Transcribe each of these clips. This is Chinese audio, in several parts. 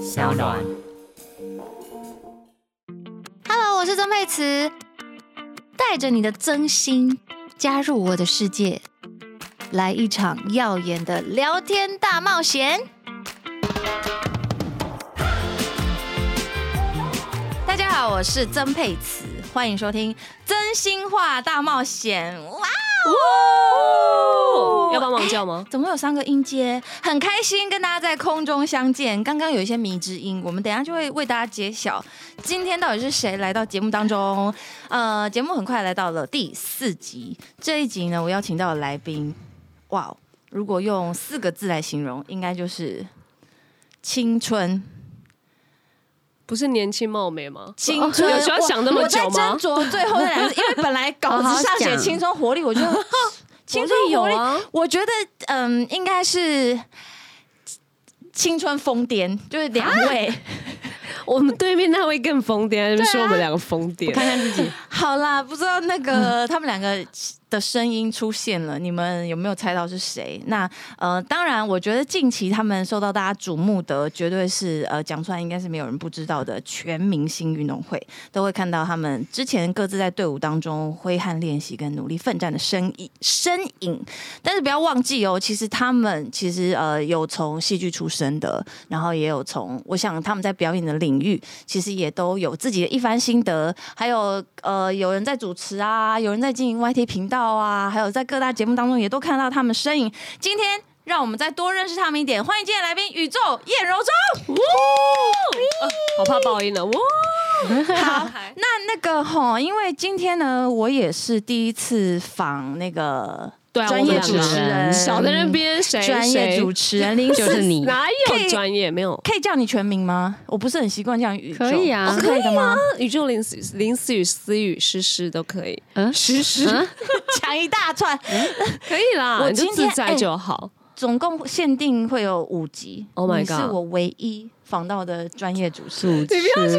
小暖。 Hello，我是曾佩慈，带着你的真心加入我的世界，来一场耀眼的聊天大冒险。大家好，我是曾佩慈，欢迎收听《真心话大冒险》。哇哦！要帮忙叫吗？怎么有三个音阶？很开心跟大家在空中相见。刚刚有一些迷之音，我们等一下就会为大家揭晓今天到底是谁来到节目当中。呃，节目很快来到了第四集，这一集呢，我邀请到的来宾，哇哦，如果用四个字来形容，应该就是青春。不是年轻貌美吗？青春有需要想那么久吗我在斟酌最后那两个字，因为 本来稿好好子上写想青春活力，我就青春活活力力有啊，我觉得嗯，应该是青春疯癫，就是两位。啊我们对面那位更疯癫，说我们两个疯癫。看自己，好啦，不知道那个他们两个的声音出现了，你们有没有猜到是谁？那呃，当然，我觉得近期他们受到大家瞩目的，绝对是呃讲出来应该是没有人不知道的全明星运动会，都会看到他们之前各自在队伍当中挥汗练习跟努力奋战的身影身影。但是不要忘记哦，其实他们其实呃有从戏剧出身的，然后也有从我想他们在表演的领域，其实也都有自己的一番心得，还有呃有人在主持啊，有人在经营 YT 频道啊，还有在各大节目当中也都看到他们身影。今天让我们再多认识他们一点，欢迎今天的来宾宇宙叶柔中。好怕啊爆音了，哇！好，那那个吼，因为今天呢，我也是第一次访那个对啊，专业主持我们两人，个少在那边谁专业主持持人 林就是你哪可以有专业没有？可以叫你全名吗？我不是很习惯叫你宇宙，可以啊哦可以的吗？宇宙林思林思雨、思雨、诗诗都可以，啊嗯，诗诗嗯讲一大串，可以啦，我你就今自天在哎就好。总共限定会有五集。 Oh my 你是 god 我唯一访到的专业主持人。主持真的，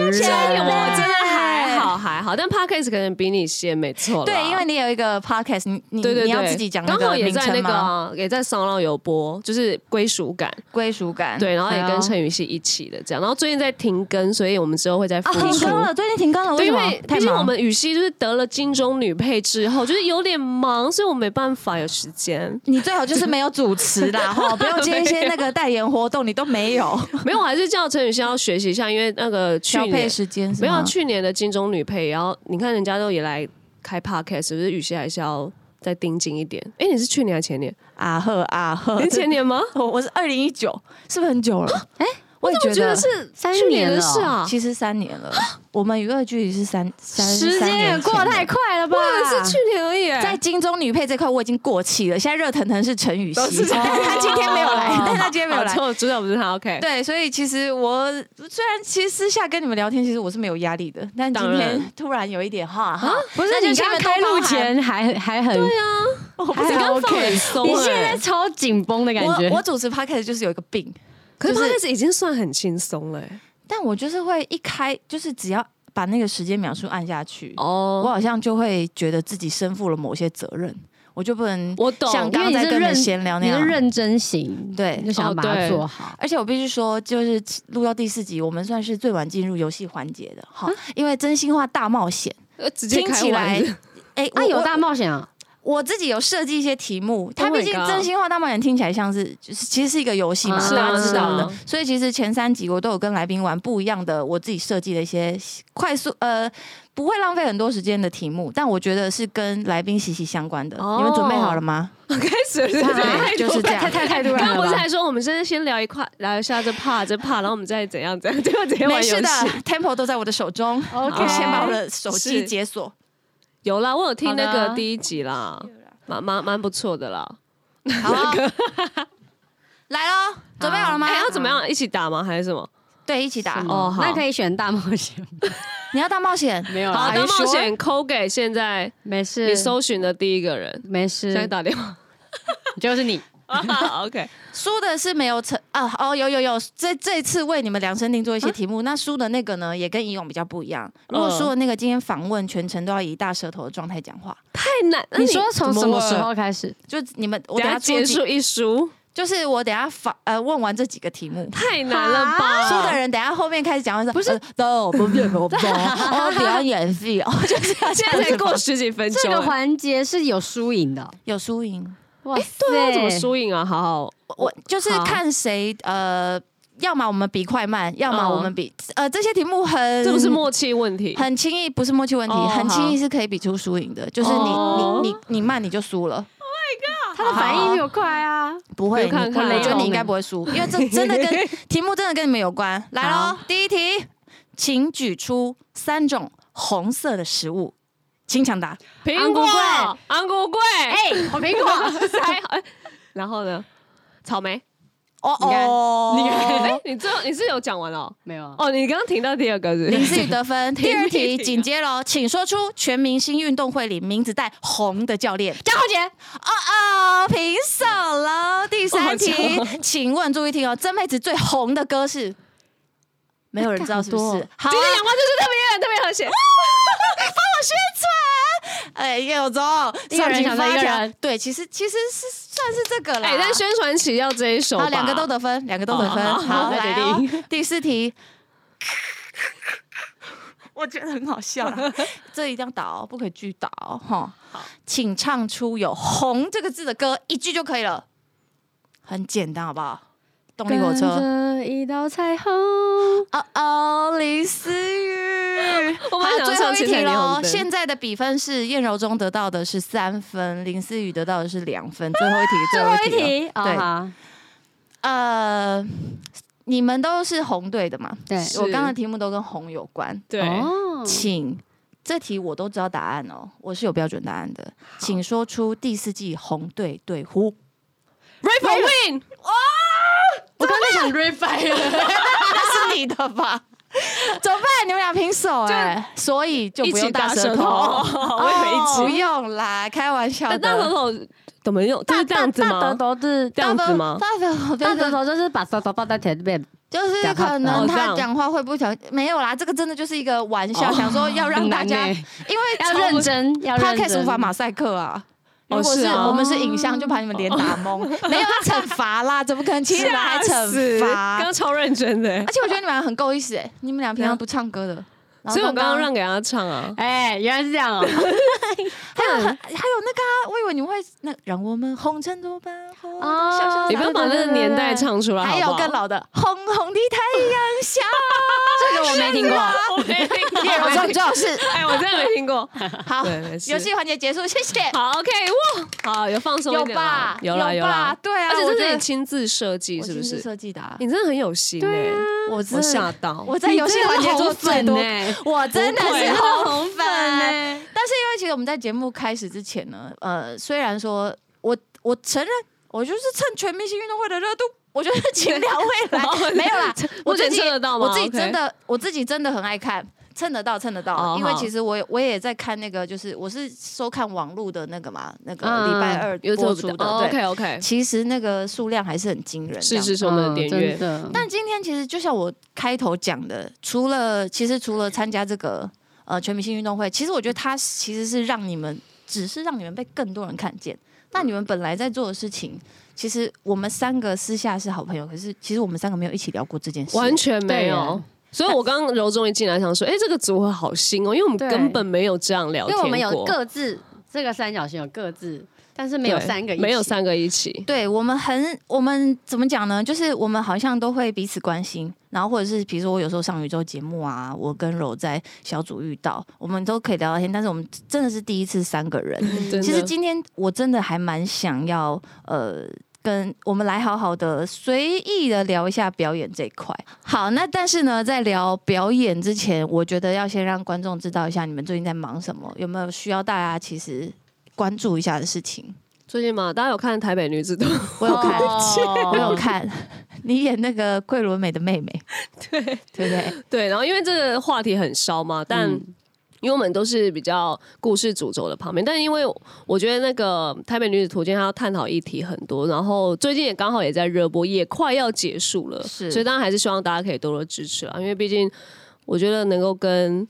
人我真的还好还好，但 podcast 可能比你先没错啦。对，因为你有一个 podcast，你你对对嗯对，你要自己讲那刚好个也名在那称个吗？啊也在商浪有播，就是归属感。归属感对，然后也哎跟呦陈宇是一起的这样，然后最近在停更，所以我们之后会再复啊停出。更了，最近停更了，为什对，因么为？太毕竟忙我们羽西就是得了金钟女配之后，就是有点忙，所以我没办法有时间。你最好就是没有主持 啦，哈，不要接一些那个代言活动，你都没有，没有，我还是叫陈宇先要学习一下，因为那个 去调配年时间是没有啊吗去年的金钟女配，然后你看人家都也来开 podcast，就是羽西还是要再盯紧一点。哎，你是去年还是前年？啊呵啊呵你，是前年吗？ 我我是二零一九，是不是很久了？哎我也我觉得是三去年年了的事啊。其实三年了，我们娱乐距离是三三时间也过太。快了吧？我以为是去年而已，哎在金钟女配这块，我已经过气了。现在热腾腾是陈雨都希是，这样但是她今天没有来，但是她今天没有好来。错，主角不是他，OK。对，所以其实我虽然其实私下跟你们聊天，其实我是没有压力的，但今当天然突然有一点哈哈，不是那就你请刚你刚们开多包录涵前还还很，我不还是你好刚放很 OK 松、你哎现在超紧绷的感觉。我我主持 podcast 就是有一个病，可是就是 podcast 已经算很轻松了、哎但我就是会一开，就是只要把那个时间秒数按下去，我哦，好像就会觉得自己身负了某些责任，我就不能我懂像刚刚在跟因为们你是闲聊那你样啊是。认真型，对你就想要哦把它对做好。而且我必须说，就是录到第四集，我们算是最晚进入游戏环节的啊哈，因为真心话大冒险呃直接听开起来玩笑， 哎、啊，我有我大冒险啊！我自己有设计一些题目，它 Oh my 毕竟 God 真心话大冒险听起来像是，就是其实是一个游戏嘛，是啊大家知道是的啊。所以其实前三集我都有跟来宾玩不一样的，我自己设计的一些快速呃不会浪费很多时间的题目，但我觉得是跟来宾息息相关的。哦你们准备好了吗？开始 了，对，就是这太样。太太突刚然刚不了是吧？还说我们现在先聊一块，聊一下这怕这怕，然后我们再怎样怎样，结果直接 玩没游事的戏。 ，tempo 都在我的手中。 OK 我先把我的手机是解锁。有啦，我有听那好个的第一集啦，蛮蛮蛮不错的啦。好， 来喽，准备好了吗？啊哎，要怎么样一起打吗？还是什么？对，一起打什。么哦好那可以选大冒险吗，你要大冒险？ 没有啊好，啦，大 you 冒 sure？险抠给现在没事，你搜寻的第一个人，没现在事，打电话。就是你。啊 OK，输的是没有成啊，哦，有有有，这这次为你们量身定做一啊些题目。那输的那个呢，也跟以往比较不一样。嗯如果输的那个今天访问全程都要以大舌头的状态讲话，太难。那你说从怎什么了时候开始？就你们我等等下下出结几束一输，就是我等一下发呃问完这几个题目。太难了吧？输的人等一下后面开始讲，会说不是呃都不是我不，我比较演戏哦，就是要这现样在才子过吧十几分钟，这个环节是有输赢的哦。有输赢，哇塞，对啊，怎么输赢啊？好好，我就是好看谁呃，要么我们比快慢，要么嗯我们比呃这些题目很这不是默契问题，很轻易，不是默契问题，哦很轻易是可以比出输赢的，就是你哦你你你慢你就输了。他的反应比我快啊！不会，没看你看我觉得没你有应该不会输，因为这真的跟题目真的跟你们有关。来喽好，第一题，请举出三种红色的食物，请抢答。苹果安国、安国贵，哎， 我苹 果还好哎然后呢？草莓，哦你看哦，你看哎，你最后你是有讲完了哦？没有啊？哦，你刚刚停到第二个是不 林 是？思雨得 分。第二题林思雨紧接喽，请说出全明星运动会里名字带红的教练。江浩杰，哦哦，平手喽。第三题哦好强，请问注意听哦，曾沛慈最红的歌是？没有人知道是不好多是哦？好啊今天阳光就是特别特别和谐，哎，叶有忠，一个上情人抢着一发个条人，对，其实其实是算是这个啦。哎，但宣传期要这一首吧，好，两个都得分，两个都得分。哦好好好，再决来哦， 第四题。我觉得很好笑啊啦， 这一定要倒，不可以巨倒哈。请唱出有“红”这个字的歌，一句就可以了，很简单，好不好？动力火车，跟着一道彩虹，哦哦，林思雨， 我好本来，想最唱后一前题彩霓虹喽。灯现在的比分是燕柔中得到的是三分，林思雨得到的是两分。最后一题，最最后一了题，哦对好呃，你们都是红队的嘛？对我刚刚的题目都跟红有关，对，哦，请这题我都知道答案哦，我是有标准答案的，请说出第四季红队队呼。 Ray for win，我刚才想 refire，那是你的吧？ 怎么办？你们俩平手哎、所以 就一不起用打舌舌头， 我哦以不为一起。用啦，开玩笑那的。大舌头怎么用？就是这样子大吗啊舌？头是这样子吗？大舌头，大大舌舌头头就是把舌头抱在前面，就是讲话可哦能这他样讲话会不小心，没有啦，这个真的就是一个玩笑，哦想说要让很大难家，欸因为要从认真，要认 podcast 真。无法马赛克啊。哦如果是是啊哦我们是影像，就把你们脸打懵， 没有要惩罚啦，怎么可能欺负人还吓 惩死罚刚？刚超认真的而，且我觉得你们俩很够意思哎，你们俩平常不唱歌的，然后所以我刚刚让给他唱啊。哎，原来是这样哦。还有还还有 那个啊，我以为你们会那让我们红尘作伴，红哦笑笑你不要把那个年代唱出来，还有好不好更老的红红的太阳下，这个我没听过， 我没听过，叶柔最 好是哎，我真的没 听过。好，对没事游戏环节结束，谢谢。好，OK，哇，好，有放松一有点吧啦，？有啦有吧啦？，对啊，而且我这觉是得你亲自设计，我是不亲自是？设计的啊，你真的很有心哎，我我真吓的，到，我在游戏环节你真做的红最多粉，欸 我真的是啊红粉哎。欸哎，但是因为其实我们在节目开始之前呢，呃，虽然说我我承认我就是趁全明星运动会的热度，我觉得请两位来没有啦，我目自前己测得到吗？我自己真的我自己真的很爱看。蹭得到，蹭得到，哦因为好其实我也我也在看那个，就是我是收看网络的那个嘛，那个嗯礼拜二播出的，对，哦，OK OK，其实那个数量还是很惊人，是是是我们的点阅，嗯的，但今天其实就像我开头讲的，除了其实除了参加这个呃全明星运动会，其实我觉得它其实是让你们，只是让你们被更多人看见。那你们本来在做的事情，其实我们三个私下是好朋友，可是其实我们三个没有一起聊过这件事。完全没对有耶。所以我刚刚柔中一进来想说，哎，这个组合好新哦，因为我们对根本没有这样聊因天为过，我们有各自这个三角形有各自，但是没有对三个一起，没有三个一起，对我们很，我们怎么讲呢？就是我们好像都会彼此关心，然后或者是比如说我有时候上宇宙节目啊，我跟柔在小组遇到，我们都可以聊聊天，但是我们真的是第一次三个人，真嗯其实的今天我真的还蛮想要呃。跟我们来好好的随意的聊一下表演这一块。好，那但是呢，在聊表演之前，我觉得要先让观众知道一下你们最近在忙什么，有没有需要大家其实关注一下的事 情？最近嘛，大家有看《台北女子图》我有看，我有哦，看，你演那个桂纶镁的妹妹， 对对不对？对，然后因为这个话题很烧嘛，但嗯因为我们都是比较故事主轴的旁边，但因为我觉得那个《台北女子图鉴》它要探讨议题很多，然后最近也刚好也在热播，也快要结束了，是所以当然还是希望大家可以多多支持啦，因为毕竟我觉得能够跟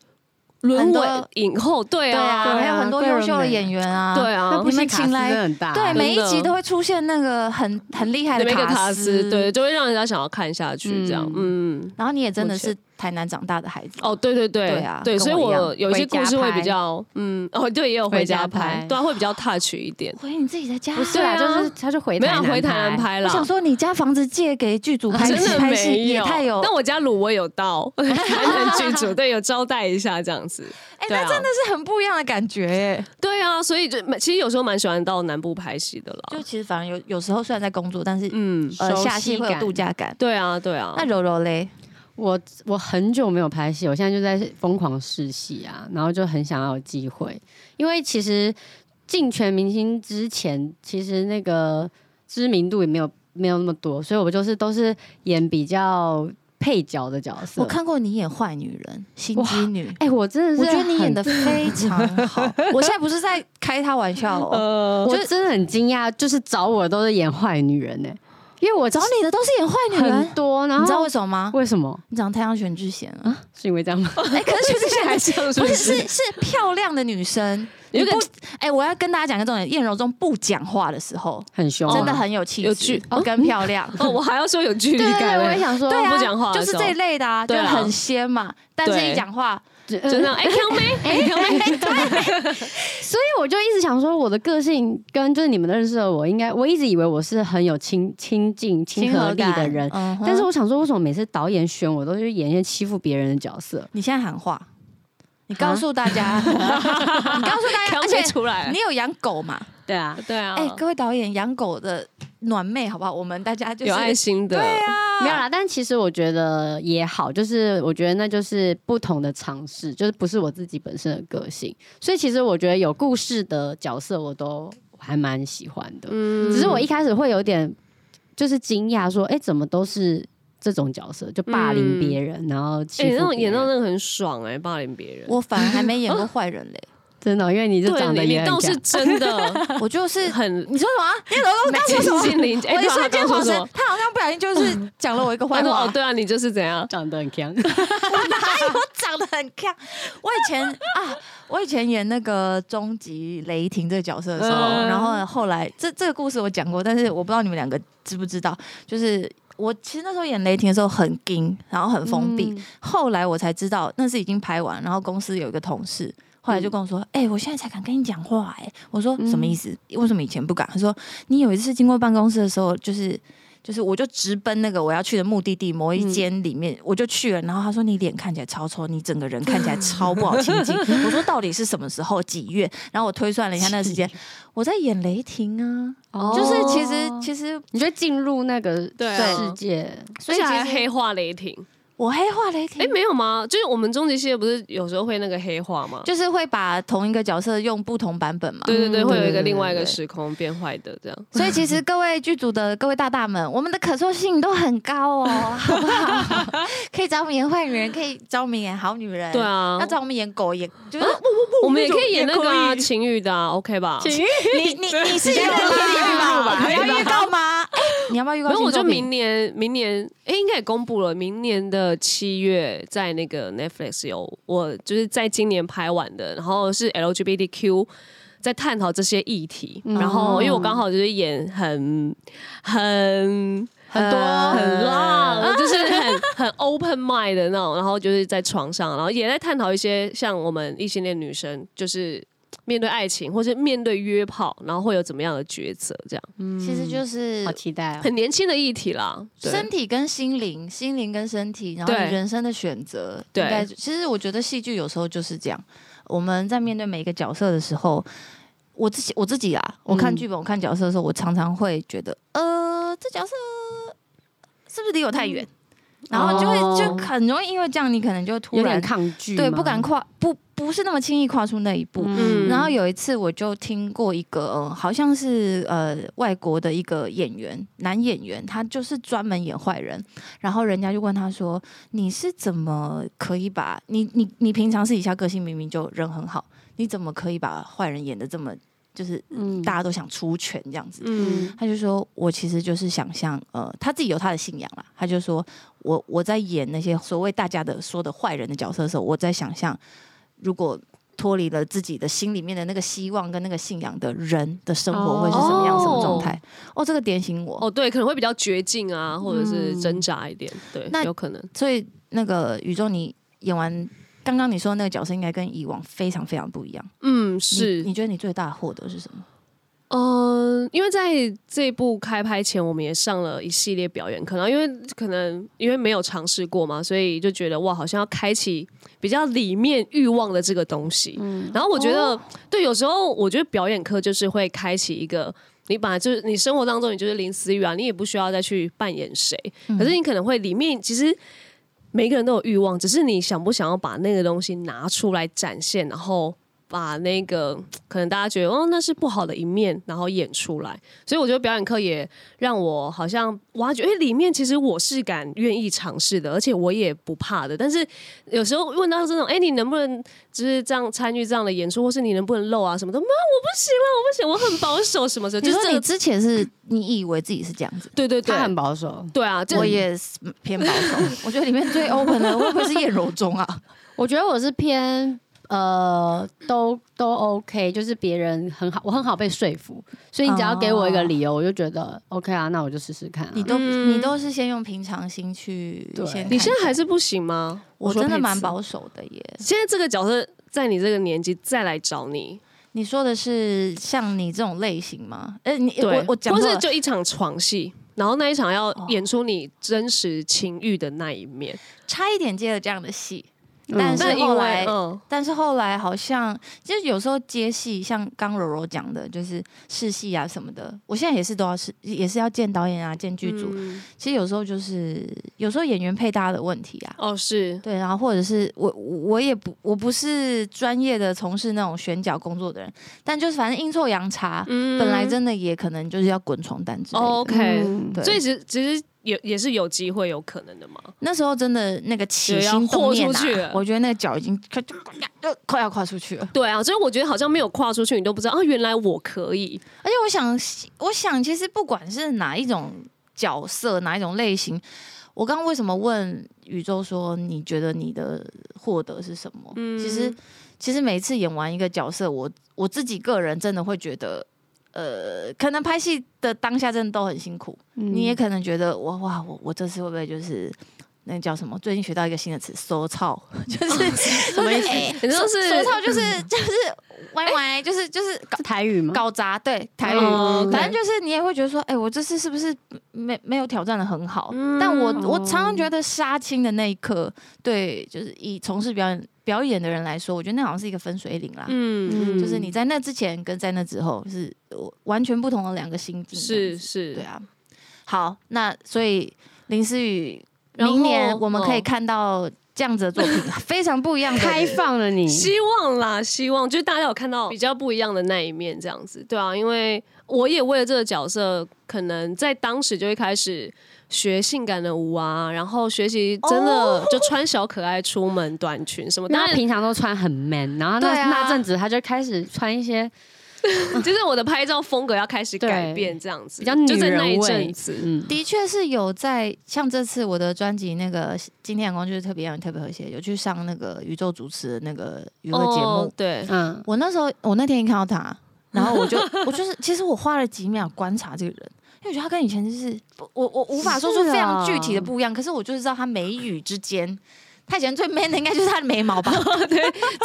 轮很多吻影后，对对啊，啊，还有很多优秀的演员啊，对啊那部你戏们卡请斯来真的很大，啊对，的每一集都会出现那个很很厉害那的边一个卡卡斯，斯，对，。就会让人家想要看下去这样，嗯。然后你也真的是目台南长大的孩子哦，，对对对，对啊跟所以我一我样有一些回家故事会拍比较，嗯，哦，对，也有回回家家拍拍，对啊，会比较 touch 一点，回你自己的家，啊不是啦，对啊就是他就回没台有南回台南拍我了，想说你家房子借给剧组拍真戏的拍戏没也有，太有，但我家卤味有到， 台南剧组对有招待一下这样子，哎，对那啊真的是很不一样的感觉耶。对啊，所以就其实有时候蛮喜欢到南部拍戏的啦，就其实反而有有时候虽然在工作，但是嗯，呃熟悉下戏会有感度假感。哦对啊，对啊，那柔柔嘞，我我很久没有拍戏，我现在就在疯狂试戏啊，然后就很想要有机会，因为其实进全明星之前，其实那个知名度也没有没有那么多，所以我就是都是演比较配角的角色。我，看过你演坏女人、心机女，哎、我真的是，我觉得你演的，非常 好。我现在不是在开他玩笑哦，呃，我真的很惊讶，就是找我都是演坏女人呢、因为我找你的都是演坏女人很，多，然后你知道为什么吗？为什么？你长得太像全智贤了，是因为这样吗？ 哎，可是全智贤还像是不不是是是漂亮的女生。有你一个不，哎、我要跟大家讲一个重点：燕柔中不讲话的时候，很凶啊，真的很有气质，哦有距哦跟漂亮。 哦，我还要说有距离对对对，感，我也想说，对啊，不讲话的就是时候这一类的啊，就对啊很仙嘛。但是对一讲话，呃就那样，哎，康妹，哎，康妹，所以我就一直想说，我的个性跟就是你们认识的我，应该我一直以为我是很有亲亲近、亲和力的人，嗯哼但是我想说，为什么每次导演选我都去演一些欺负别人的角色？你现在喊话，你告诉大家， 你告诉 大家，而康且妹啊出来了你，有养狗嘛？对啊，对啊，哎、各位导演，养狗的暖妹好不好？我们大家就是有爱心的，对啊，没有啦。但其实我觉得也好，就是我觉得那就是不同的尝试，就是不是我自己本身的个性。所以其实我觉得有故事的角色，我都还蛮喜欢的。嗯只是我一开始会有点就是惊讶，说，哎、怎么都是这种角色，就霸凌别人，然后欺哎，负嗯那种别演到人。那个很爽哎，霸凌别人，我反而还没演过坏人 嘞，真的哦、因为你是对长得你也你很倒是像真的 我就是很你说什么啊？燕柔 中刚说什么？心灵，哎，我一对啊瞬间恍他刚说什神么，他好像不小心就是 讲了我一个坏他说话。哦，对啊，你就是怎样，长得很强，我长得很看。我以前啊，我以前演那个终极雷霆这个角色的时候，嗯然后后来这这个故事我讲过，但是我不知道你们两个知不知道，就是。我其实那时候演雷霆的时候很硬，然后很 封嗯闭。后来我才知道那是已经拍完，然后公司有一个同事，后来嗯就跟我说：“哎、我现在才敢跟你讲话、哎，我说：“什么意思？为什么以前不敢？”他说：“你有一次经过办公室的时候，就是就是我就直奔那个我要去的目的地某一间里面，我就去了。然后他说你脸看起来超丑，你整个人看起来超不好亲近。 我说到底是什么时候几月？然后我推算了一下那个时 间，我在演雷霆啊，哦就是其实其实你就进入那个对啊世界，所以而且还其实黑化雷霆，我黑化雷霆。哎，没有吗？就是我们终极系列不是有时候会那个黑化吗？就是会把同一个角色用不同版本嘛，对对对，嗯会有一对个对另外一个对时空变坏的这 样。所以其实各位剧组的各位大大们，我们的可塑性都很高哦，好不好？可以找我们演坏女人，可以找我们演好女人，对，啊要，找我们演狗，也 就是我们也可以演那个啊也可以情欲的啊，OK 吧？你你你是演要的拉预预告告吧？吧你要预告吗？ 哎你要不要预告然新作品？后我就明年，明年哎，应该也公布了，明年的七月在那个 Netflix 有我就是在今年拍完的，然后是 LGBTQ 在探讨这些议题，嗯然后因为我刚好就是演很很。很多呃很呃浪，就是很 很 open mind 的那种，然后就是在床上，然后也在探讨一些像我们异性恋女生，就是面对爱情或是面对约炮，然后会有怎么样的抉择，这样其实就是好期待哦。很年轻的议题啦。对身体跟心灵，心灵跟身体，然后对人生的选择，对应该其实我觉得戏剧有时候就是这样，我们在面对每一个角色的时候。我自己我自己啊，我嗯看剧本，我看角色的时候，我常常会觉得，呃，这角色是不是离我太远？然后就会就嗯哦很容易因为这样，你可能就突有点然抗拒吗，对不敢跨，不不是那么轻易跨出那一步。嗯然后有一次我就听过一个，呃、好像是呃外国的一个演员，男演员，他就是专门演坏人。然后人家就问他说：“你是怎么可以把你你你平常私底下个性明明就人很好，你怎么可以把坏人演的这么就是嗯大家都想出拳这样子？”嗯他就说：“我其实就是想象，呃，他自己有他的信仰啦。他就说我我在演那些所谓大家的说的坏人的角色的时候，我在想象如果脱离了自己的心里面的那个希望跟那个信仰的人的生活会是什么样、什么状态？哦，这个点醒我。哦，对，可能会比较绝境啊，或者是挣扎一点，对，那有可能。所以那个宇宙，你演完刚刚你说的那个角色，应该跟以往非常非常不一样。嗯，你是你，觉得你最大的获得是什么？嗯、因为在这部开拍前，我们也上了一系列表演课，然后因为可能因为没有尝试过嘛，所以就觉得哇，好像要开启比较里面欲望的这个东西。然后我觉得，对，有时候我觉得表演课就是会开启一个。你本来就是你生活当中，你就是林思雨啊，你也不需要再去扮演谁。可是你可能会里面，其实每个人都有欲望，只是你想不想要把那个东西拿出来展现，然后把那个可能大家觉得哦那是不好的一面，然后演出来。所以我觉得表演课也让我好像挖掘，哎、里面其实我是敢愿意尝试的，而且我也不怕的。但是有时候问到这种，哎、你能不能就是这样参与这样的演出，或是你能不能露啊什么的？妈，我不行了，我不行，我很保守，什么时候？你呃就是说这你个之前是你以为自己是这样子，对对对他，很保守。对啊，这我也是偏保守。 我觉得里面最 open 的会不会是叶柔中啊？我觉得我是偏呃，都都 OK，就是别人很好，我很好被说服，所以你只要给我一个理由，我就觉得 OK 啊，那我就试试看、啊。你都、嗯你都是先用平常心去对先看你现在看还是不行吗？我说真的佩蛮慈保守的耶。现在这个角色在你这个年纪再来找你，你说的是像你这种类型吗？呃，你我对，我讲哦或错是了就一场床戏，然后那一场要演出你真实情欲的那一面，差一点接了这样的戏，嗯但是但因后为来嗯，但是后来好像其实有时候接戏，像刚柔柔讲的，就是试戏啊什么的，我现在也是都要试，也是要见导演啊，见剧组。嗯其实有时候就是有时候演员配搭的问题啊。哦是，对，然后或者是我我我也不我不是专业的从事那种选角工作的人，但就是反正阴错阳差，嗯本来真的也可能就是要滚床单之类的。哦 OK，嗯对所以其实其实也也是有机会有可能的嘛，那时候真的那个起有要心动豁念出去啊了，我觉得那个脚已经快就就快要跨出去了。对啊，所以我觉得好像没有跨出去，你都不知道啊，原来我可以，而且我想，我想其实不管是哪一种角色，哪一种类型，我刚刚为什么问宇宙说你觉得你的获得是什么？其实其实每次演完一个角色，我我自己个人真的会觉得。呃，可能拍戏的当下真的都很辛苦，嗯你也可能觉得哇哇，我我这次会不会就是那个叫什么？最近学到一个新的词，收操， 就是什么意思？你说是收操就是就是歪歪，就是就是搞是台语吗？搞砸，嗯对台语。嗯哦反正就是你也会觉得说，哎、我这次是不是没没有挑战的很好？嗯但我我常常觉得杀青的那一刻，对，就是以从事表演表演的人来说，我觉得那好像是一个分水岭啦。嗯，就是你在那之前跟在那之后是我完全不同的两个心境。是，是，对啊。好，那所以林思雨，然后明年我们可以哦看到这样子的作 品，非常不一样的开放了你，希望啦，希望就是大家有看到比较不一样的那一面，这样子，对啊，因为我也为了这个角色，可能在当时就会开始学性感的舞啊，然后学习真哦的就穿小可爱出门短裙什么，因为当他然平常都穿很 man，然后那、对啊那阵子他就开始穿一些就是我的拍照风格要开始改变，这样子比较女就在那人一味阵子，嗯的确是有在像这次我的专辑那个今天阳光就是特别让你特别和谐，有去上那个宇宙主持的那个娱乐节目。哦对，嗯，我那时候我那天一看到他，然后我 就我就是其实我花了几秒观察这个人。因为我觉得他跟以前就是不我我无法说出是啊非常具体的不一样，可是我就是知道他眉宇之间，他以前最 man 的应该就是他的眉毛 吧，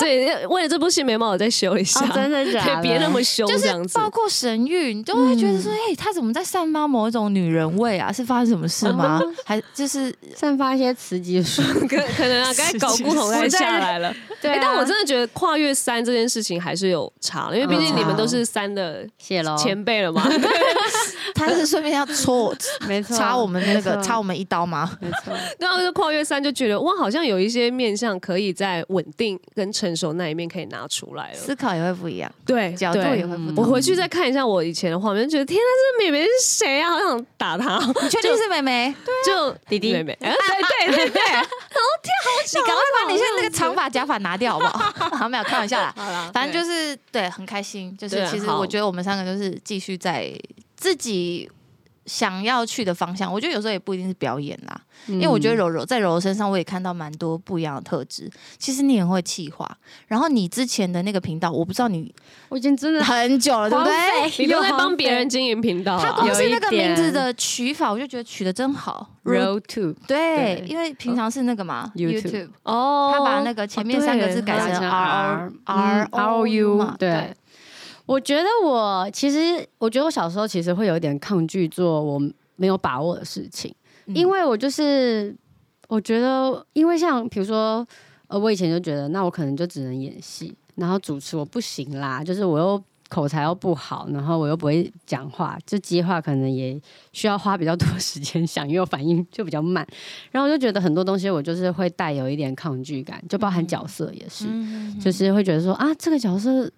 对，为了这部戏眉毛我再修一下，哦的可以 别那么凶就这是样子。嗯包括神韵，你就会觉得说，哎、他怎么在散发某一种女人味啊？是发生什么事吗？嗯还就是散发一些雌激素， 可可能啊，该搞古董再下来了。对啊欸但我真的觉得跨越三这件事情还是有差的，因为毕竟你们都是三的 谢喽，前辈了嘛。 他是顺便要戳我没错，插我们的那个没错插我们一刀吗？没错，然啊后就跨越三，就觉得哇，好像有一些面向可以在稳定跟成熟那一面可以拿出来了。思考也会不一样，对，角度对也会不我同。回去再看一下我以前的画面，就觉得天啊，这妹妹是谁啊？好想打她，你确定是妹妹？就弟弟妹妹，哎对对对 对，啊你赶快把你现在那个长发假发拿掉好不好？ 好，没有开玩笑啦。好啦，反正就是对，很开心。就是对其实好我觉得我们三个就是继续在自己想要去的方向。我觉得有时候也不一定是表演啦，嗯因为我觉得柔柔在柔柔身上，我也看到蛮多不一样的特质。其实你很会气化，然后你之前的那个频道，我不知道你我已经真的很久了，对不对？对你都在帮别人经营频道、他啊，光是那个有一点名字的取法，我就觉得取的真好。 road to 对对，因为平常是那个嘛 YouTube 哦他把那个前面哦三个字改改成成 R 嗯 R R O U 嘛，对。我觉得我其实，我觉得我小时候其实会有一点抗拒做我没有把握的事情，嗯因为我就是我觉得，因为像比如说，呃，我以前就觉得，那我可能就只能演戏，然后主持我不行啦，就是我又口才又不好，然后我又不会讲话，就接话可能也需要花比较多时间想，因为我反应就比较慢，然后我就觉得很多东西我就是会带有一点抗拒感，就包含角色也是，嗯就是会觉得说啊，这个角色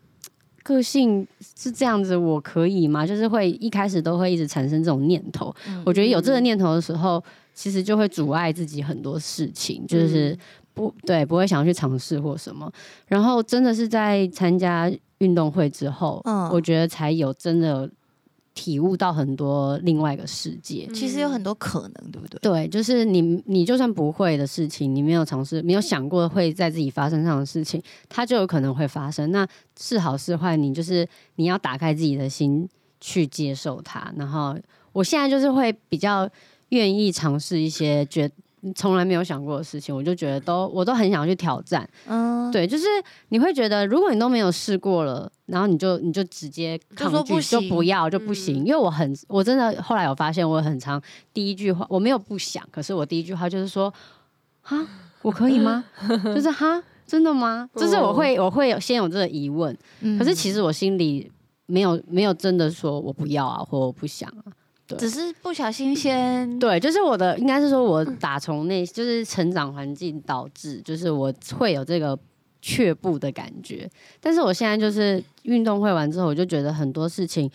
个性是这样子，我可以吗？就是会一开始都会一直产生这种念头。嗯我觉得有这个念头的时候，其实就会阻碍自己很多事嗯情，就是不对，不会想要去尝试或什么。然后真的是在参加运动会之后，嗯我觉得才有真的体悟到很多另外一个世界。其实有很多可能，对不对？对，就是你，你就算不会的事情，你没有尝试，没有想过会在自己发生上的事情，它就有可能会发生。那是好是坏，你就是你要打开自己的心去接受它。然后我现在就是会比较愿意尝试一些觉从来没有想过的事情，我就觉得都我都很想去挑战。嗯，对，就是你会觉得，如果你都没有试过了，然后你就你就直接抗就说拒，不就行不要就不行。嗯因为我很，我真的后来有发现，我很常第一句话我没有不想，可是我第一句话就是说，哈，我可以吗？ 就是哈，真的吗？就是我会我会有先有这个疑问，哦嗯可是其实我心里没有没有真的说我不要啊，或我不想啊。只是不小心先对，就是我的，应该是说我打从内，就是成长环境导致，就是我会有这个却步的感觉。但是我现在就是运动会完之后，我就觉得很多事情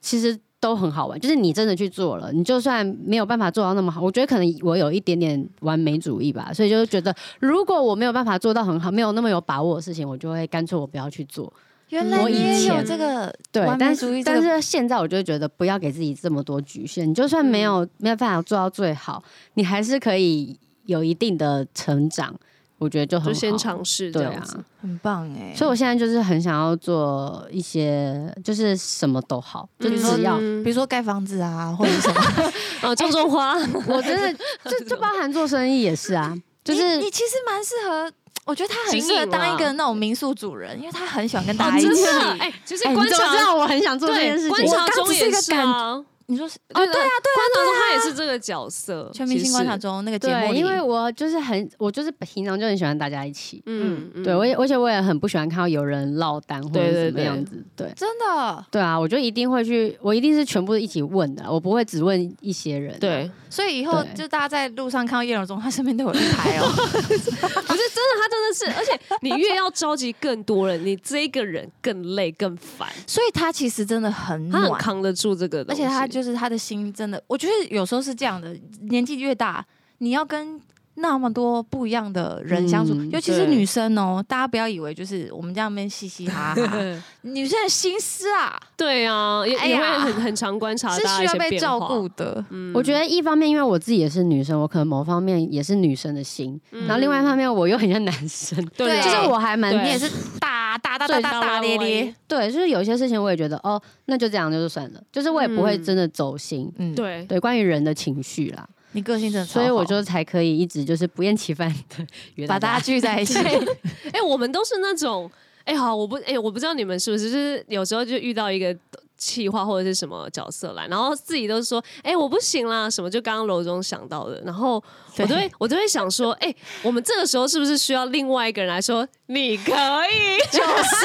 其实都很好玩，就是你真的去做了，你就算没有办法做到那么好，我觉得可能我有一点点完美主义吧，所以就是觉得如果我没有办法做到很好，没有那么有把握的事情，我就会干脆我不要去做。原来我你以也有前这个对完，美但主义是这但个是现在我就会觉得不要给自己这么多局限，你就算嗯没有、没有办法做到最好，你还是可以有一定的成长，我觉得就很好。就先尝试这对样啊，子。很棒哎，所以我现在就是很想要做一些，就是什么都好，就嗯只要、比如说盖房子啊，或者什 么，哦，种种花， 我真的就就包含做生意也是啊，就是你你其实蛮适合。我觉得他很适经合营当一啦个那种民宿主人，因为他很喜欢跟大哦家一真起。的哎，其实哎观你怎么知察道我很想做这件事对，情观。察我刚中只是一也个是啊。你说是对对，观察中他也是这个角色，全明其星实观察，中那个节目对，里，因为我就是很，我就是平常就很喜欢大家一起，嗯，嗯对我也，而且我也很不喜欢看到有人落单或者对是对怎么对样子，对。真的，对啊，我就一定会去，我一定是全部一起问的，我不会只问一些人。对， 所以以后对就大家在路上看到叶柔中，他身边都有一排哦。不是真的，他真的是，而且你越要召集更多人，你这一个人更累更烦，所以他其实真的很他暖很，扛得住这个而东西，且他就是他的心真的，我觉得有时候是这样的，年纪越大，你要跟。那么多不一样的人相处，嗯尤其是对女生哦，大家不要以为就是我们这样边嘻嘻哈 哈，女生的心思啊 对啊，也哎也呀会很很常观察是大家需一要些被变照化。顾的。嗯我觉得一方面，因为我自己也是女生，我可能某方面也是女生的心，嗯然后另外一方面我又很像男生，对啊啦，就 对是我还蛮对你也是大大大大大大咧咧，对，就是有一些事情我也觉得哦，那就这样就是算了，就是我也不会嗯真的走心。嗯，对，对，关于人的情绪啦，你个性真的超所以我好就才可以一直就是不厌其烦的约把大大家聚在一起， 哎、我们都是那种，哎、好，我不，哎、我不知道你们是不是，就是有时候就遇到一个气话或者是什么角色来，然后自己都说，哎、我不行啦，什么就刚刚楼中想到的，然后我都会，我都会想说，哎、我们这个时候是不是需要另外一个人来说，你可以，就是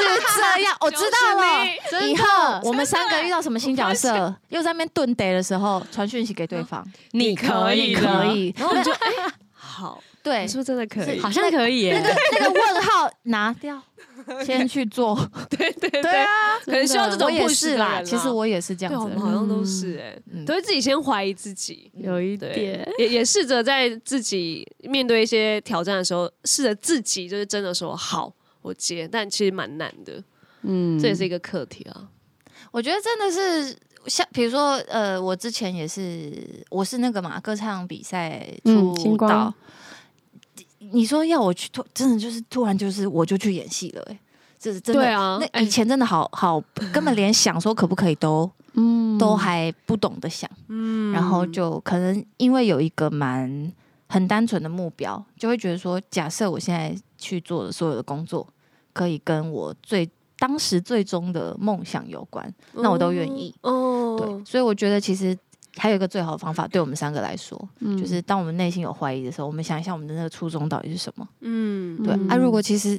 这样，我知道就是了。你以后我们三个遇到什么新角色，又在那边蹲逮的时候，传讯息给对方， 你嗯可以的可以。 然后我就， 哎、好，对你，哎是不是真的可以？好像可以耶、 那个那个问号拿 掉，先去做。对对对，对啊，可能需要这我种也 push 是的人啦，其实我也是这对，啊样我子的们人。好像都是哎、嗯都会自己先怀疑自己。有一对，也也试着在自己面对一些挑战的时候，试着自己就是真的说好，我接，但其实蛮难的，嗯这也是一个课题啊。我觉得真的是，像比如说呃，我之前也是，我是那个嘛歌唱比赛嗯出星光道。你说要我去突，真的就是突然就是我就去演戏了、欸，这是真的。对啊那哎以前真的好好，根本连想说可不可以 都嗯都还不懂得想，嗯然后就可能因为有一个蛮很单纯的目标，就会觉得说，假设我现在去做的所有的工作，可以跟我最当时最终的梦想有关，那我都愿意。哦，对，所以我觉得其实还有一个最好的方法，对我们三个来说，嗯就是当我们内心有怀疑的时候，我们想一下我们的那个初衷到底是什么。嗯，对、嗯啊，如果其实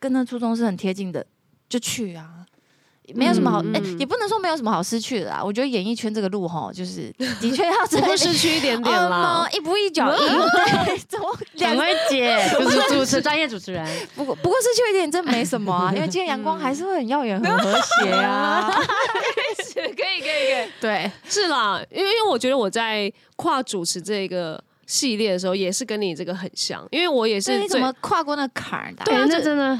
跟那初衷是很贴近的，就去啊。没有什么好，哎、嗯嗯也不能说没有什么好失去的啦。我觉得演艺圈这个路哈，就是的确要不真过的失去一点点啦。嗯一步一脚印，对，怎么两两位姐就是主持专业主持人，不过不过失去一点真没什么啊，因为今天阳光还是会很耀眼、很和谐啊。嗯可以可以可以，对，是啦，因为因为我觉得我在跨主持这个系列的时候，也是跟你这个很像，因为我也所以是你怎最，么跨过那坎儿的啊？对啊哎那这真的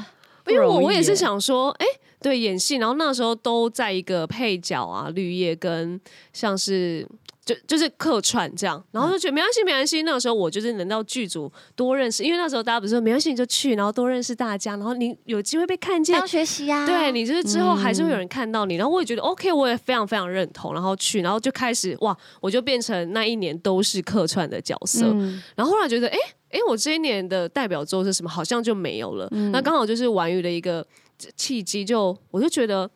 因为我不容易我也是耶想说，哎、对，演戏，然后那时候都在一个配角啊，绿叶跟像是。就就是客串这样，然后就觉得没关系，没关系。那个时候我就是能到剧组多认识，因为那时候大家不是说没关系你就去，然后多认识大家，然后你有机会被看见当，学习呀、啊。对你就是之后还是会有人看到你，然后我也觉得 OK，我也非常非常认同，然后去，然后就开始哇，我就变成那一年都是客串的角色，嗯然后后来觉得哎哎、诶我这一年的代表作是什么？好像就没有了。那刚好就是玩鱼的一个契机，就我就觉得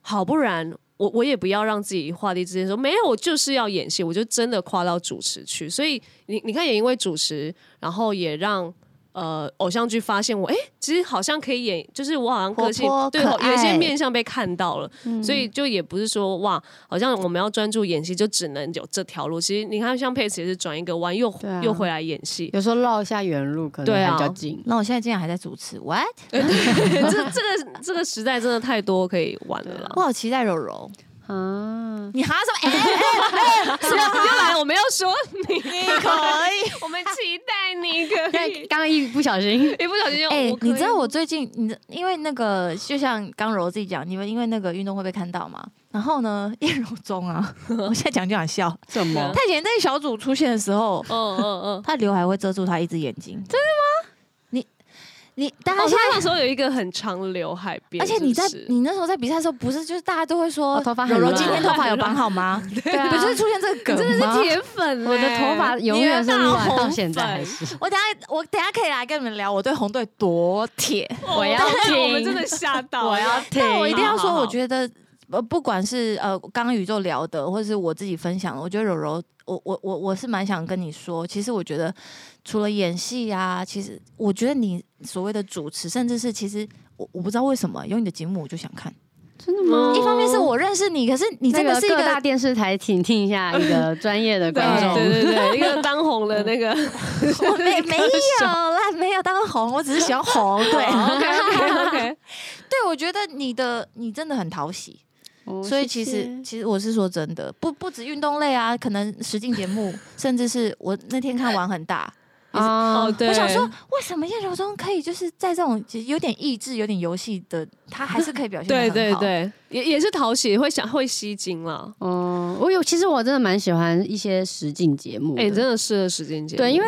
好，不然我我也不要让自己画地自限，说没有，我就是要演戏，我就真的跨到主持去。所以你你看，也因为主持，然后也让。呃，偶像剧发现我，哎、其实好像可以演，就是我好像个性活泼对可有一些爱嗯面相被看到了，所以就也不是说哇，好像我们要专注演戏就只能有这条路。其实你看，像佩慈也是转一个弯，又、对啊又回来演戏， 有时候绕一下原路可能对啊还比较近。那我现在竟然还在主持，what？这这个这个时代真的太多可以玩了 啦。我好期待柔柔。啊，你哈什么？哎、是啊又来，我们要说你，可以。我们期待你可以。刚刚一不小 心，一不小心就哎、我可以你知道我最近，你知因为那个，就像刚柔自己讲，你们因为那个运动会被看到嘛。然后呢，叶柔中啊，我现在讲就想笑。怎么 么？他以前在小组出现的时候，嗯嗯嗯。他刘海会遮住他一只眼睛。真的吗？你你，大家哦，现他在，那时候有一个很长刘海辫，而且你在是不是你那时候在比赛的时候，不是就是大家都会说哦头发很柔柔乱今天头发有绑好吗？对啊不就是出现这个梗真的是吗？铁粉嘞，我的头发永远是你的大乱，红到现在还粉 是。我等下我等下可以来跟你们聊我对红队多铁，我要哦听我们真的吓到，我要听但我一定要说，我得觉得呃，不管是呃刚刚宇宙聊的，或者是我自己分享的，我觉得柔柔，我我我我是蛮想跟你说，其实我觉得除了演戏啊，其实我觉得你所谓的主持，甚至是其实我我不知道为什么有你的节目我就想看，真的吗一方面是我认识你，可是你真哦的那个是一各大个。电视台，请听一下 一个专业的对观众。对对对，一个当红的那个我 没没有啦，没有当红，我只是喜欢红。 对哦，OK OK OK， 对，我觉得你的你真的很讨喜，哦所以谢其谢实其实我是说真的，不不止运动类啊，可能实境节目，甚至是我那天看玩很 大，啊哦，，对，我想说为什么叶柔中可以就是在这种其实有点益智、有点游戏的，他还是可以表现得对很对好。对，也也是讨喜，会想会吸睛啦。哦，我有，其实我真的蛮喜欢一些实境节目的。哎、你真的适合时间节目。对，因为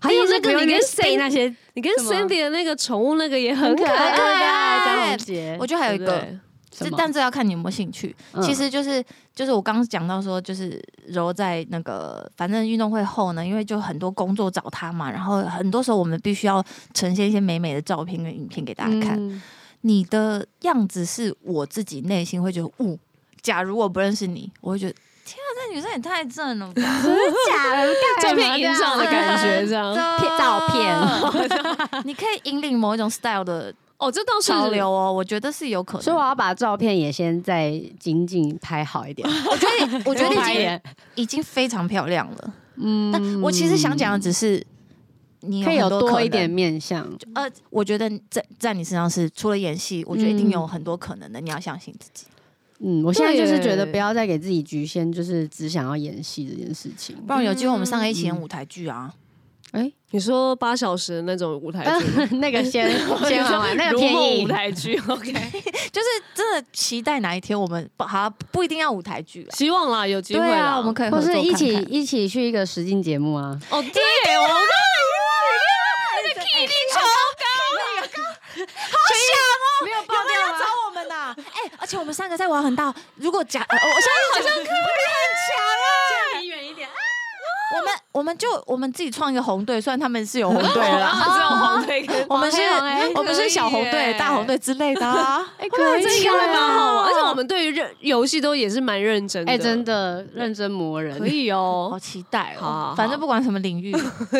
还有第一那是不个用你跟背那 Cindy，些你跟什么 Cindy 的那个宠物那个也很很可可爱爱，的爱张宏杰，我觉得还有一对不个，对嗯什这么但这要看你有没有兴趣。其实就是就是我刚刚讲到说，就是柔在那个反正运动会后呢，因为就很多工作找他嘛，然后很多时候我们必须要呈现一些美美的照片跟影片给大家看。 嗯你的样子是我自己内心会觉得，呜、假如我不认识你，我会觉得，天啊，这女生也太正了吧，假 的，照片营造的感觉这样。片照片 你可以引领某一种 style 的哦，这倒是潮流哦，我觉得是有可 所以我能。要把照片也先再紧紧拍好 一点，我觉得，我我觉得多已拍一经点已经非常漂亮了。嗯但我其实想讲的只是，你可以有很多多可一点能。面向，呃，我觉得在在你身上是除了演戏，我觉得一定嗯有很多可能的，你要相信自己。嗯，我现在就是觉得对不要再给自己局限，就是只想要演戏这件事情。 嗯不然有机会我们上个一起演舞台剧啊。哎，你说八小时的那种舞台 剧吗，那个先 先玩哎玩，那个如便梦宜舞。台剧，OK，就是真的期待哪一天我们不好啊不一定要舞台剧了，希望啦，有机会对啊，啦，我们可以或合作是一起看看一起去一个实境节目啊！哦，对，我们那个 K 力超高，啊好高，好想哦！没有爆料要找我们 呐？哎，而且我们三个在玩很大，如果假，呃我相信好像可以很 强啊！离远一点，我们我们就我们自己创一个红队，虽然他们是有红队 然啦，后啊只有黄队跟我们是黑红哎，我们是小红可以队、耶大红队之类的啊。 哎，可以这应该会蛮好哦玩，啊而且我们对于认游戏都也是蛮认真的，哎，真的认真磨人可，以好哦，期待好好哦好！反正不管什么领 域，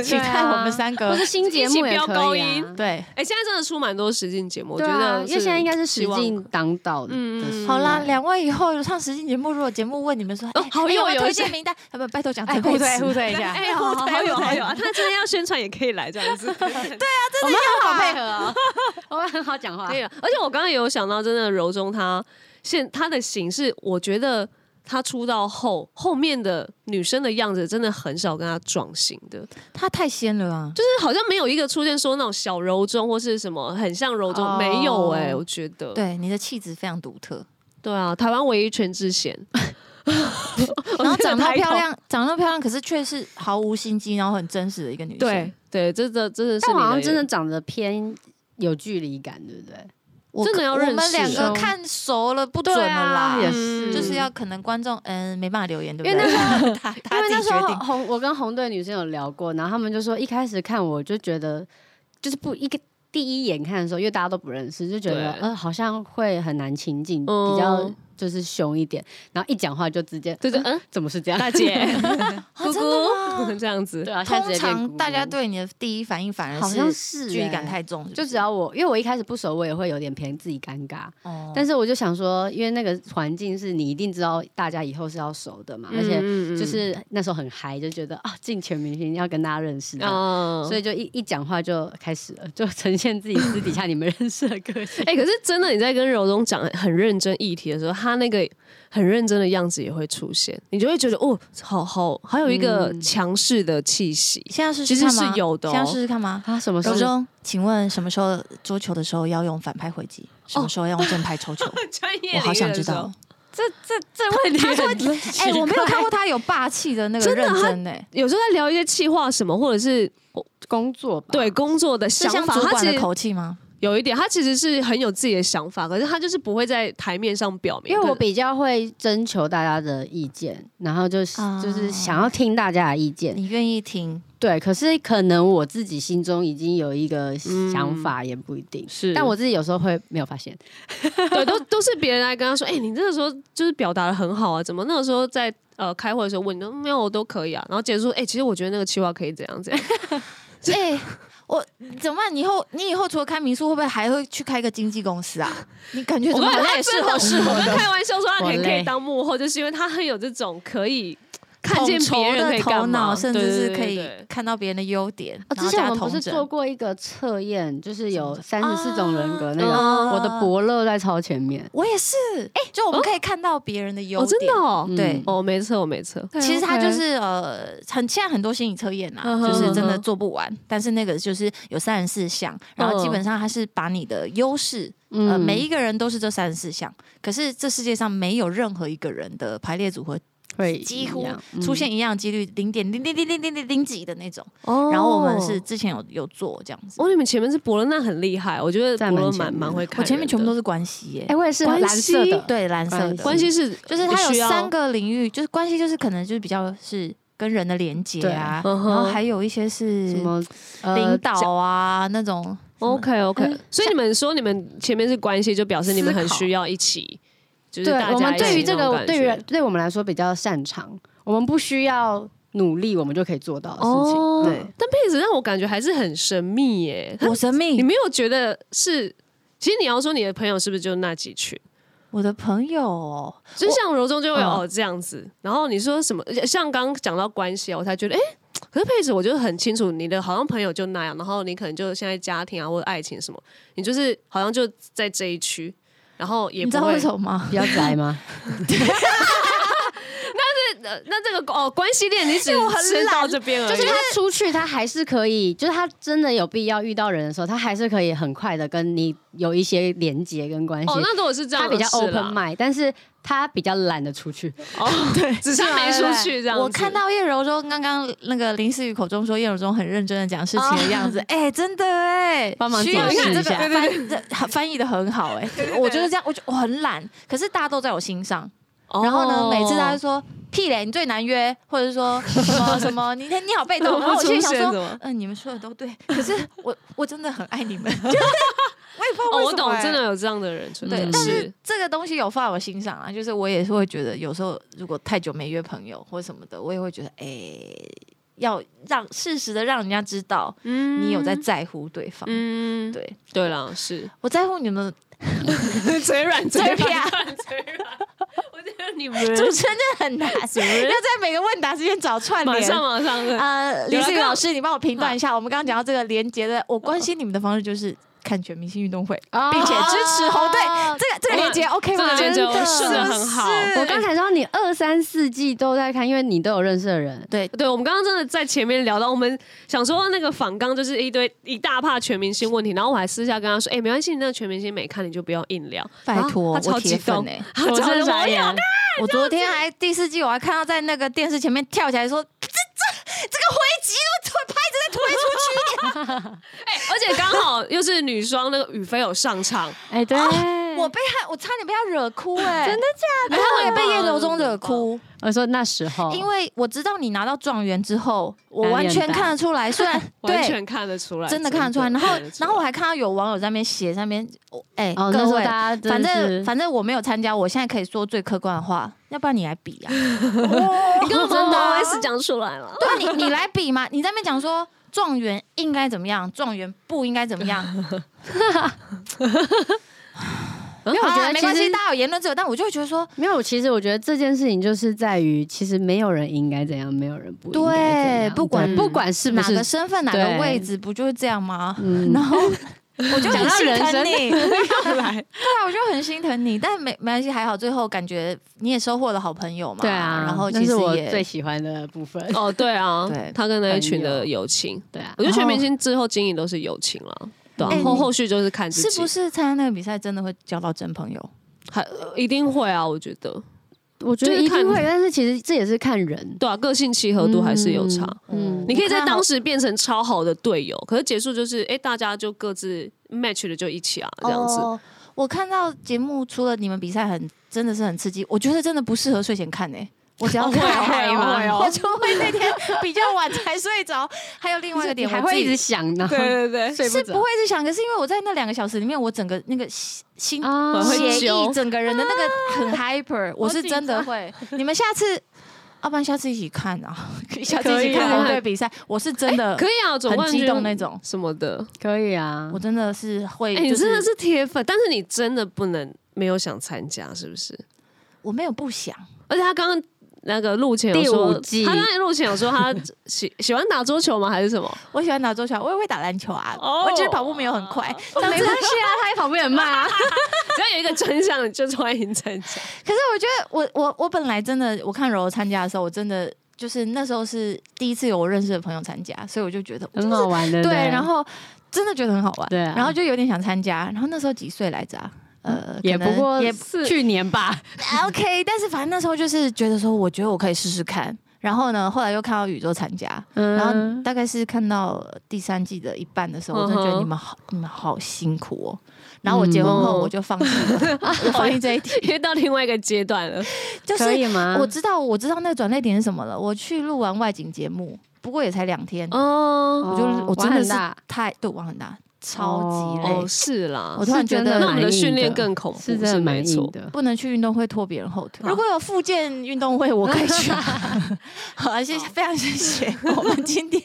期待我们三啊个或是新节目也一起飙可高以啊音。对。哎，现在真的出蛮多实境节目，我对觉啊得，因为现在应该是希实望境当道的。嗯的时好啦，代两位以后有上实境节目，如果节目问你们说，哎，好哎友有没有有一推些荐名单，啊不，拜托讲哎，推互荐推词互推 一下，哎，好好好有好有啊，他真的要宣传也可以来这样子，我们很好配合哦，我们很好讲话可。以啊。而且我刚刚也有想到，真的柔中她现她的形式，我觉得她出道后后面的女生的样子，真的很少跟她撞型的，就他太仙了啊！是好像没有一个出现说那种小柔中或是什么很像柔中，哦没有哎、我觉得对，你的气质非常独特，对啊，台湾唯一全智贤，然后长那么抬头漂亮，长那么漂亮，可是却是毫无心机，然后很真实的一个女生。对，对，这这真的是但你我好像的真的长得偏有距离感，对不对？我真的要我认们识两个哦看熟了不准了啊啦，也嗯是，就是要可能观众嗯没办法留言，对不因为对？那因为 他因他为自那己时决候定。红，我跟红队女生有聊过，然后他们就说一开始看我就觉得就是不一个第一眼看的时候，因为大家都不认识，就觉得对呃好像会很难亲近，嗯比较就是凶一点，然后一讲话就直接呃对对嗯，怎么是这样？大姐哦姑真的姑 这样子对，啊，现在通直接变常姑大家姑对你的第一反应反而好像是是距离感欸太重，就只要我，因为我一开始不熟，我也会有点偏自己尴尬。但是是我就想说，因为那个环境是你一定知道大家以后是要熟的嘛，嗯而且且就是那时候很嗨，就觉得啊，进全明星要跟大家认识这样嗯所以就一一讲话就开始了， 就呈现自己私底下你们认识的个 性。 哎、可是真的，你在跟柔中讲很认真议题的时候，他那个很认真的样子也会出现，你就会觉得哦，好好，还有一个嗯强势的气息。现在试其试实看是吗？有的哦现在试试看吗？他什么时柔候？中，请问什么时候桌球的时候要用反拍回击？什么时候要用正拍抽球？专业我好想知道。。这这这问题他说很哎、我没有看奇过他有霸气的那个真的认他真呢、欸有时候在聊一些气话什么，或者是怪工作吧，对工作的是想像法，主他管其的实口气吗？有一点，他其实是很有自己的想法，可是他就是不会在台面上表明。因为我可比较会征求大家的意见，然后就是、啊就是想要听大家的意见。你愿意听？对，可是可能我自己心中已经有一个想法，也不一定。是， 但我自己有时候会没有发现，对，都都是别人来跟他说，哎、你这个时候就是表达的很好啊，怎么那个时候在呃开会的时候问你，都没有我都可以啊，然后结束，哎、其实我觉得那个企划可以怎样怎样，哎、我怎么办？你以后你以后除了开民宿，会不会还会去开个经纪公司啊？你感觉 我怎么跟好你像也适合适合我跟的？开玩笑说他 可以我可以累当幕后，就是因为他很有这种可以看见统别筹人可的以头干嘛，脑，甚对至是对哦可对以对看到别人的优点。哦，然之后前加我们不是同整做过一个测验，就是有三十四种人格那啊嗯个，我的伯乐在超前面。我也是，哎、就我们可以看到别人的优哦，点、真的哦，嗯对。哦，没错，我没错，其实它就是呃，很现在很多心理测验啊，嗯哼就是真的做不完，但是那个就是有三十四项，然嗯后基本上它是把你的优势，嗯呃，每一个人都是这三十四项，可是这世界上没有任何一个人的排列组合会几一乎样嗯出现一样的几率零点零零零零零零零几的那种，哦然后我们是。之前有有做这样子，哦，你们前面是伯伦，那很厉害，我觉得在伯伦蛮前蛮面蛮的会看人的。我前面全部都是关系耶哎、、我也是蓝色关的系，对，蓝色关的系关系是，就是它有需要三个领域，就是关系就是可能就是比较是跟人的连接啊，对嗯然后哼还有一些是什么呃领导啊那种。 OK OK，嗯所以你们说你们前面是关系，就表示你们很需要一起，就是对大家我们对于这个，一起对那种感于觉对我们来说比较擅长，我们不需要努力，我们就可以做到的事情。哦对，但佩子让我感觉还是很神秘耶。我神 你秘，没有觉得是？其实你要说你的朋友是不是就那几群？我的朋友，就像柔中就会有嗯哦这样子，然后你说什么？像刚刚讲到关系啊，我才觉得哎。可是佩子，我就很清楚你的好像朋友就那样，然后你可能就现在家庭啊或者爱情什么，你就是好像就在这一区，然后也你不知道 会为什么吗？比较宅吗？呃那这个哦，关系链你只我很吃到懒这边而已，就是他出去，他还是可以，就是他真的有必要遇到人的时候，他还是可以很快的跟你有一些连接跟关系。哦，那如果是这样他的比较事 open 啦 mind，但是他比较懒得出去。哦，对，啊只是他没出去这样子。我看到叶柔中刚刚那个林思雨口中说叶柔中很认真的讲事情的样子，啊哎、真的哎、帮忙需要解释你这一个下翻这翻译的很好 哎、我就是这样，我就我很懒，可是大家都在我心上。哦，然后呢，每次大家就说屁嘞，你最难约，或者说什么什么，你你好被动。然后我出就现想什说，么嗯、？你们说的都对，可是我我真的很爱你们， 就是我也不知道哦，为我什么懂哎，真的有这样的人存在对，嗯，但是是这个东西有放在我心上啊，就是我也是会觉得，有时候如果太久没约朋友或什么的，我也会觉得，哎、要让适时的让人家知道嗯你有在在乎对方。嗯，对对啦，是我在乎你们， 嘴啊软嘴软软嘴软，我觉得你们主持人真的很难，要在每个问答之间找串马联。上马上 的呃，有李思啦雨刚啊老师，你帮我评断一下，我们刚刚讲到这个连结的，我关心你们的方式就是看全明星运动会，啊并且支持红队。这个这个连结 OK 这吗？个连结真的顺的很好是不是我刚才说你二三四季都在看，因为你都有认识的人。对对，我们刚刚真的在前面聊到，我们想说那个仿纲就是一堆一大怕全明星问题，然后我还私下跟他说，哎、没关系，你那个全明星没看，你就不要硬聊。拜托，啊他超我激铁动粉哎、他我找真了的傻我有眼的，我昨天还第四季，我还看到在那个电视前面跳起来说：“这这这个回击，怎么推拍子在推出去 哎、而且刚好又是女双那个雨菲有上场，哎，对，？”我我被他，我差点被他惹 哭哎、真的假的？然后我也被叶柔中惹哭，我说那时候，因为我知道你拿到状元之后，我难完免全打看得出来，虽 然完对。全看得出来，真的看得出来，然后看得出来然后我还看到有网友在那边写上面，我哎，哦，那各时候位，大家真反的正是反正我没有参加，我现在可以说最客观的话，要不然你来比 啊，你跟我真哦的啊我也是讲出来了。对啊，你你来比嘛，你在那边讲说状元应该怎么样，状元不应该怎么 样，没没有，有，我我觉觉得得啊没其关系，实大家有言论自由，但我就会觉得说，没有。其实我觉得这件事情就是在于，其实没有人应该怎样，没有人不应该怎样对不管对不管是不哪是个身份、哪个对位置，不就是这样吗？嗯然后我就讲很到心人疼生你，对啊，我就很心疼你，但没没关系，还好，最后感觉你也收获了好朋友嘛，对啊，然后那其是实我也最喜欢的部分。 哦，对啊，对他跟那一群朋的友友情，对啊我，觉得全然后明星之后经营都是友情了，对啊，哎后你后续就是看自己，是不是参加那个比赛真的会交到真朋友？还呃一定会啊，我觉得，我觉得就是一定看会，但是其实这也是看人，对啊，个性契合度还是有差。嗯你可以在看好当时变成超好的队友，可是结束就是，哎、大家就各自 match 了就一起啊，这样子。哦我看到节目除了你们比赛很真的是很刺激，我觉得真的不适合睡前看诶、我只要哦会看、哦 会哦会哦我就会那天比较晚才睡着。还有另外一个你点，还我自会己一直想呢，对对 睡是着不会是想，可是因为我在那两个小时里面，我整个那个心心啊我会血揪液，整个人的那个很 hyper，我是真的会。你们下次，要不然下次一起看啊， 下次一起看可以红队比赛，我是真的，可以啊，总冠很激军动那种，什么的。可以啊我。真的是会，就哎、你真的是铁粉，但是你真的不能没有想参加，是不是？我没有不想，而且他刚刚那个录前有第说五，季他刚才录前有说他喜喜欢打桌球吗？还是什么？我喜欢打桌球，我也会打篮球啊，哦我就是跑步没有很快，但没关系啊，他也跑步也慢啊。只要有一个真相，你就欢迎参加。 可是我觉得我，我我本来真的，我看柔柔参加的时候，我真的就是那时候是第一次有我认识的朋友参加，所以我就觉得很好玩的。对，对，然后真的觉得很好玩，对啊然后就有点想参加，然后那时候几岁来着、啊？呃，也可不能过也是去年吧， OK，但是反正那时候就是觉得说，我觉得我可以试试看。然后呢，后来又看到宇宙参加，嗯然后大概是看到第三季的一半的时候，我真的觉嗯得哼你们好，你们好辛苦哦。然后我结婚后我就放弃了， 我放弃这一题，因为到另外一个阶段了，就是可以啊吗？我知道，我知道那个转捩点是什么了。我去录完外景节目，不过也才两天，哦我就哦我真的玩很是大太对我很大，超级累，哦，是啦，我突然觉得是真那的我蛮们硬的的训练更恐怖，是是真的没蛮硬错。的。不能去运动会拖别人后腿。如果有复健运动会，我可以 去。好啊，谢谢，非常谢谢。我们今 天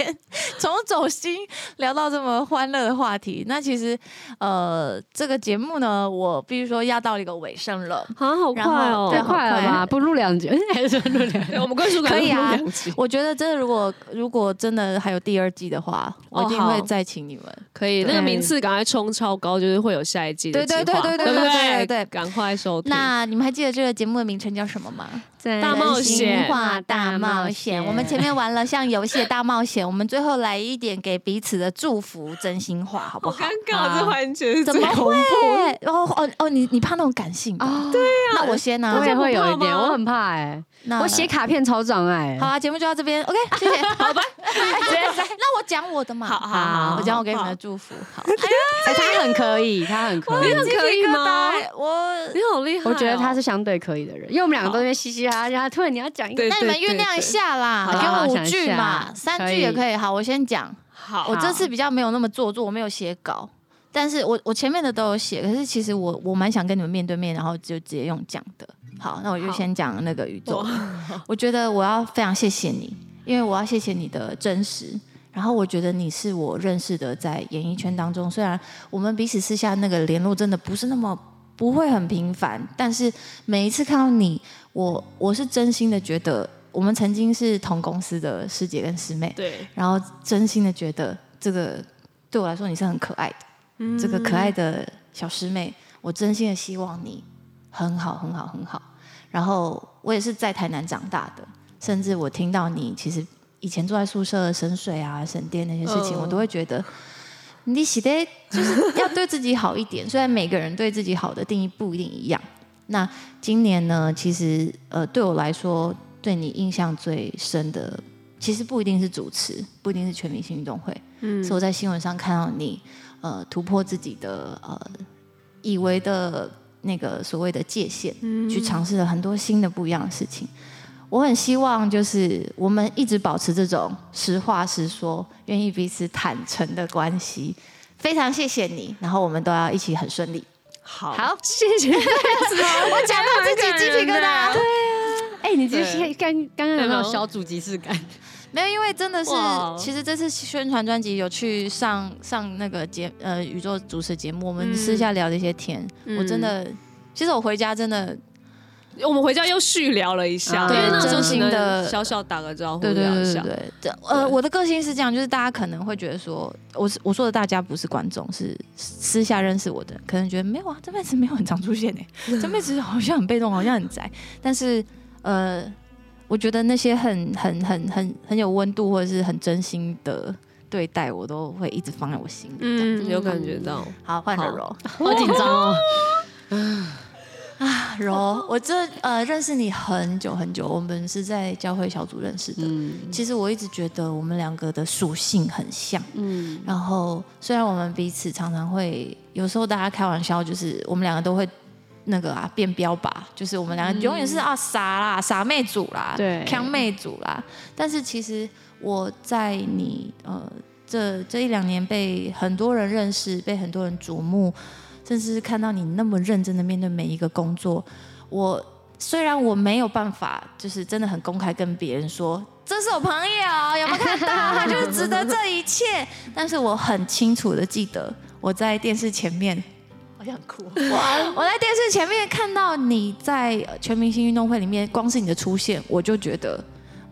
从走心聊到这么欢乐的话题，那其实呃，这个节目呢，我必须说压到了一个尾声了。啊，好快然后哦！太对好快了快吧？不录两集，还是录 两集？对我们归属感可以啊录两集我觉得真的，如果如果真的还有第二季的话，我哦一定会好再请你们。 可以，对那个名次赶快冲超高，就是会有下一季的对对计划对对对对对不对对对赶快收听。那你们还记得这个节目的名称叫什么吗？大大冒险人性化大冒险。我们 前面玩了像游戏的大冒险，我们最后来一点给彼此的祝福，真心话好不好？尬，这环节是怎最么恐 会？哦哦哦，你你怕那种感性的？啊，那我先啊我，也会有一不怕点，吗我很怕哎，那我写卡片超障碍。好啊，节目就到这边，OK，谢谢，好 吧，那我讲我的嘛，好好好我讲我给你好们的祝福，好，哎他很可以，他很可以。很可以吗？我你好厉害哦！我觉得他是相对可以的人，因为我们两个都在那边嘻嘻哈哈，然后突然你要讲一个对，那你们酝酿一下啦对对，对给我好五想一句下嘛，三可句也以可以。好，我先讲，好我这次比较没有那么做作，我没有写稿，但是我我前面的都有写，可是其实我我蛮想跟你们面对面，然后就直接用讲的。好，那我就好先讲那个宇宙的。我觉得我要非常谢谢你，因为我要谢谢你的真实。然后我觉得你是我认识的在演艺圈当中，虽然我们彼此私下那个联络真的不是那么不会很频繁，但是每一次看到你，我我是真心的觉得我们曾经是同公司的师姐跟师妹，对，然后真心的觉得这个对我来说你是很可爱的，这嗯个可爱的小师妹，我真心的希望你很好很好很好。然后我也是在台南长大的，甚至我听到你其实以前住在宿舍省水啊、省电那些事情，嗯我都会觉得你写的就是要对自己好一点。虽然每个人对自己好的定义不一定一样。那今年呢，其实呃对我来说，对你印象最深的，其实不一定是主持，不一定是全明星运动会，嗯，是我在新闻上看到你呃突破自己的呃以为的那个所谓的界限，去尝试了很多新的不一样的事情。我很希望就是我们一直保持这种实话实说、愿意彼此坦诚的关系。非常谢谢你，然后我们都要一起很顺利。好好谢谢。我讲到自己感鸡人皮疙瘩啊。哎，你这对刚刚刚有没有对小组即视感？没有，因为真的是哇，哦其实这次宣传专辑有去上上那个节呃宇宙主持节目，我们嗯私下聊了一些天，我真的。其实我回家真的，我们回家又续聊了一下，对因为那时候真只心的能小小打个招呼对对聊一对对下。对，这呃，我的个性是这样，就是大家可能会觉得说，我是我说的大家不是观众，是私下认识我的，可能觉得没有啊，这辈子没有很常出现哎、这辈子好像很被动，好像很宅，但是呃，我觉得那些很很很很很有温度或者是很真心的对待，我都会一直放在我心里。这样嗯，有感觉到。好，换好柔 柔。好紧张哦。柔，我这呃认识你很久很久，我们是在教会小组认识的。嗯其实我一直觉得我们两个的属性很像，嗯，然后虽然我们彼此常常会，有时候大家开玩笑，就是我们两个都会那个啊变标靶，就是我们两个永远是啊傻啦傻妹组啦，嗯对强妹组啦。但是其实我在你呃这这一两年被很多人认识，被很多人瞩目，甚至是看到你那么认真的面对每一个工作，我虽然我没有办法，就是真的很公开跟别人说这是我朋友，啊有没有看到？他就是值得这一切。但是我很清楚的记得，我在电视前面，我想哭。我我在电视前面看到你在呃全明星运动会里面，光是你的出现，我就觉得，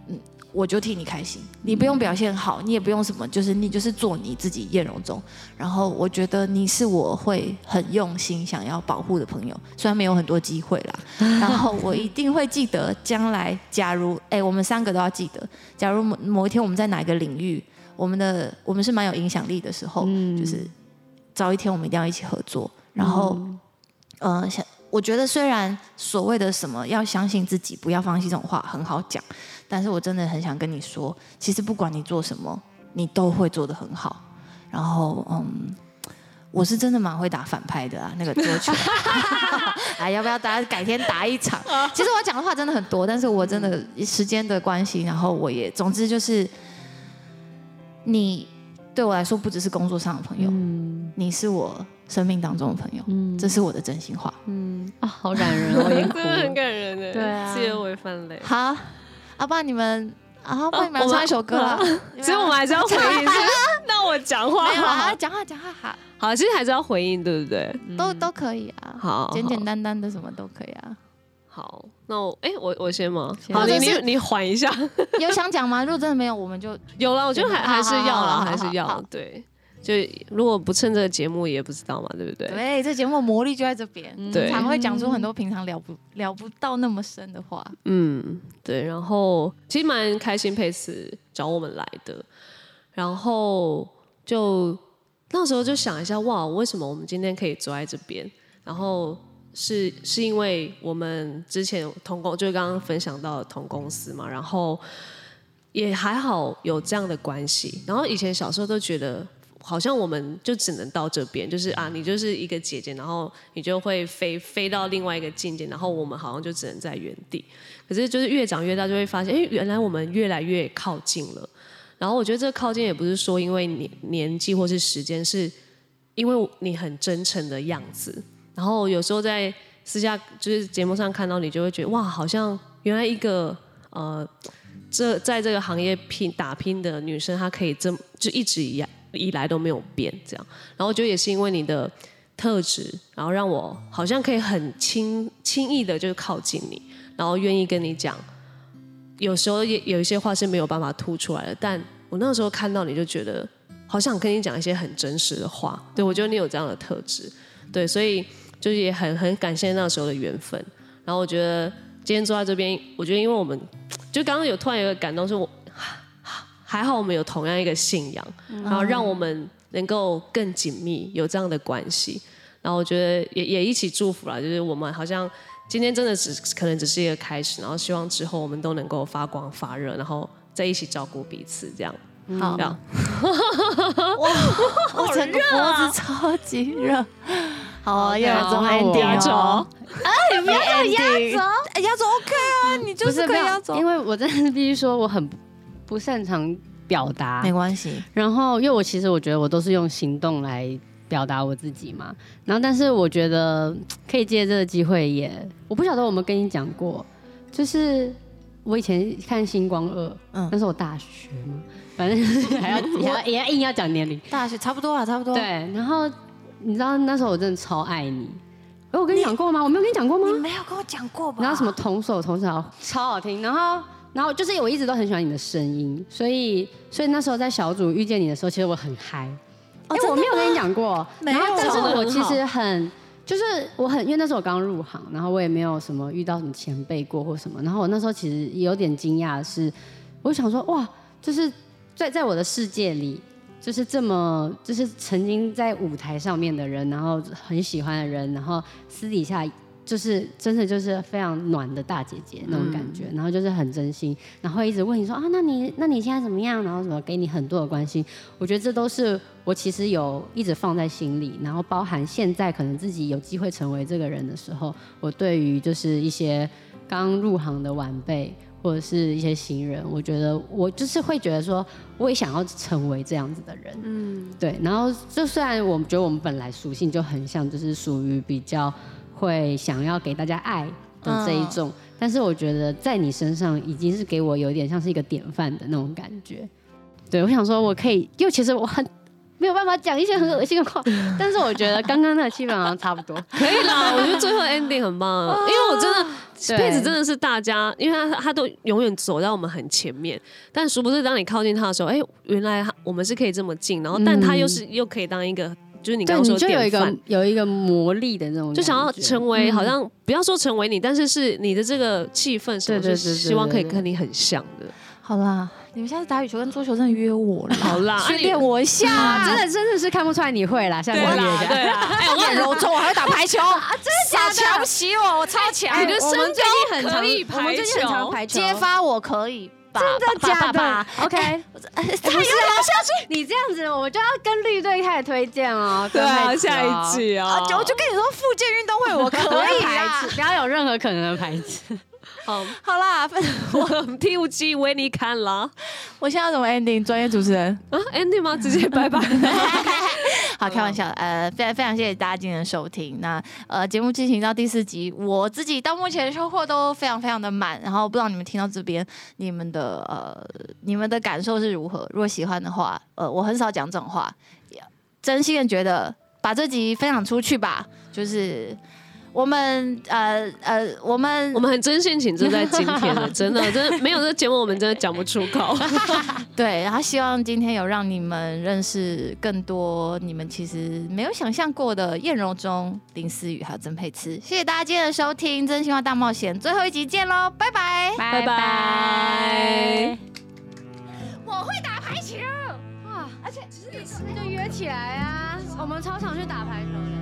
嗯，我就替你开心。你不用表现好，你也不用什么，就是你就是做你自己，艳荣中。然后我觉得你是我会很用心想要保护的朋友，虽然没有很多机会啦，然后我一定会记得，将来假如哎、我们三个都要记得，假如某某一天我们在哪一个领域，我们的我们是蛮有影响力的时候，就是早一天我们一定要一起合作。然后，呃，想我觉得虽然所谓的什么要相信自己，不要放弃这种话很好讲，但是我真的很想跟你说，其实不管你做什么，你都会做得很好。然后，嗯，我是真的蛮会打反派的啊，那个桌球。哎，要不要大家改天打一 场？啊其实我讲的话真的很多，但是我真的时间的关系，然后我也，总之就是，你对我来说不只是工作上的朋友，嗯你是我生命当中的朋友，这是我的真心话。嗯啊，好哦感人，我已经真哭的很了。感人 欸的，对啊结尾翻泪。好，啊，不然你们啊，不然你们哦来我们唱一首歌啦。所以我们还是要回 应，是那我讲话没有好啊，了讲话讲话好，好，其实还是要回应，对不对？都都可以啊，嗯好，简简单单的什么都可以啊。好。那我哎，我我先吗？先好，你或者你是你缓一下。有想讲吗？如果真的没有，我们就 有了，我觉得还好还是好要好了，好还是好要好对。就如果不趁这个节目也不知道嘛，对不对？对，这节目魔力就在这边，对常会讲出很多平常聊不聊不到那么深的话。嗯，对。然后其实蛮开心佩斯找我们来的，然后就那时候就想一下，哇，为什么我们今天可以坐在这边？然后是是因为我们之前同公，就是刚刚分享到的同公司嘛，然后也还好有这样的关系。然后以前小时候都觉得。好像我们就只能到这边，就是啊，你就是一个姐姐，然后你就会飞飞到另外一个境界，然后我们好像就只能在原地。可是就是越长越大，就会发现，哎、原来我们越来越靠近了。然后我觉得这个靠近也不是说因为年年纪或是时间，是因为你很真诚的样子。然后有时候在私下就是节目上看到你，就会觉得哇，好像原来一个呃，这在这个行业拼打拼的女生，她可以这么就一直以来以来都没有变这样。然后我觉得也是因为你的特质，然后让我好像可以很轻轻易的就靠近你。然后愿意跟你讲。有时候也有一些话是没有办法吐出来的，但我那个时候看到你就觉得，好想跟你讲一些很真实的话。对我觉得你有这样的特质，对，所以就是也很很感谢那时候的缘分。然后我觉得今天坐在这边，我觉得因为我们就刚刚有突然有个感动，是我还好我们有同样一个信仰，然后让我们能够更紧密有这样的关系。然后我觉得也也一起祝福了，就是我们好像今天真的只可能只是一个开始，然后希望之后我们都能够发光发热，然后在一起照顾彼此，这样。嗯好嗯这，样我整个脖子超级 热。啊好啊，要有好中换我 ending 哦压。哎，不要压压轴，哎压轴 OK 啊，你就不是可以没有压轴，因为我真的必须说我很不不擅长表达，没关系。然后，因为我其实我觉得我都是用行动来表达我自己嘛。然后，但是我觉得嗯可以借这个机会也，我不晓得我们跟你讲过，就是我以前看《星光二》，嗯那是我大学嘛，反正就是还要也要也要硬要讲年龄。大学差不多了，啊差不多。对，，然后你知道那时候我真的超爱你，哎，我跟你讲过吗？我没有跟你讲过吗你？没有跟我讲过吧？然后什么同手同脚，超好听。然后，然后就是我一直都很喜欢你的声音，所以，所以那时候在小组遇见你的时候，其实我很嗨。哦哎、真的我没有跟你讲过，没然后有但是讲得我很其好实很，就是我很，因为那时候我刚入行，然后我也没有什么遇到什么前辈过或什么，然后我那时候其实有点惊讶的是，我想说哇，就是在在我的世界里。就是这么，就是曾经在舞台上面的人，然后很喜欢的人，然后私底下就是真的就是非常暖的大姐姐那种感觉，然后就是很真心，然后一直问你说啊，那你那你现在怎么样？然后什么给你很多的关心，我觉得这都是我其实有一直放在心里，然后包含现在可能自己有机会成为这个人的时候，我对于就是一些刚入行的晚辈或者是一些新人，我觉得我就是会觉得说，我也想要成为这样子的人，嗯，对。然后就虽然我们觉得我们本来属性就很像，就是属于比较会想要给大家爱的这一种，但是我觉得在你身上已经是给我有点像是一个典范的那种感觉。对，我想说我可以，因为其实我很。没有办法讲一些很恶心的话，但是我觉得刚刚那个气氛好像差不多。可以啦，我觉得最后 ending 很棒，因为我真的对佩子真的是大家，因为他他都永远走在我们很前面，但殊不知当你靠近他的时候，哎、原来他我们是可以这么近，然后但他又是、又可以当一个，就是你刚嗯对，刚说你的就有一典范个，有一个魔力的那种感觉，就想要成为好像不要说成为你，但是是你的这个气氛什么，对对对是对希望可以对跟你很像的。好啦，你们下次打羽球跟桌球真的约我啦，好啦，啊训练啊我一下。啊，真的真的是看不出来你会啦，下对次我啦也对啦，哎，我很柔中，我还会打排球，啊真的瞧不起我，我超强。啊你的身我们最近很高可以常，我们排最近很常球排球，揭发我可以吧。真真的 假的？OK，哎 太有点下去。你这样子我就要跟绿队开始推荐哦。对跟啊，妹子下哦一。季啊啊，，我就跟你说，复健运动会我不可要以排啦斥，。不要有任何可能的排斥。好，好啦，分我第五季为你看了我现在要怎么 ending？专业主持人。啊，Andy 吗？直 接拜拜。 好，开玩笑的，呃，非常非常谢谢大家今天的收听。那呃，节目进行到第四集，我自己到目前收获都非常非常的满。然后不知道你们听到这边，你们的呃，你们的感受是如何？如果喜欢的话，呃，我很少讲这种话，也真心的觉得把这集分享出去吧，就是。我们呃呃，我们我们很真性情，就在今天了，真的，真的没有这节目，我们真的讲不出口。 对，然后希望今天有让你们认识更多你们其实没有想象过的燕柔中、林思雨还有曾佩慈。谢谢大家今天的收听《真心话大冒险》，最后一集见喽，拜拜。拜拜我会打排球。哇，而且只是你就约起来啊，我们操场去打排球的。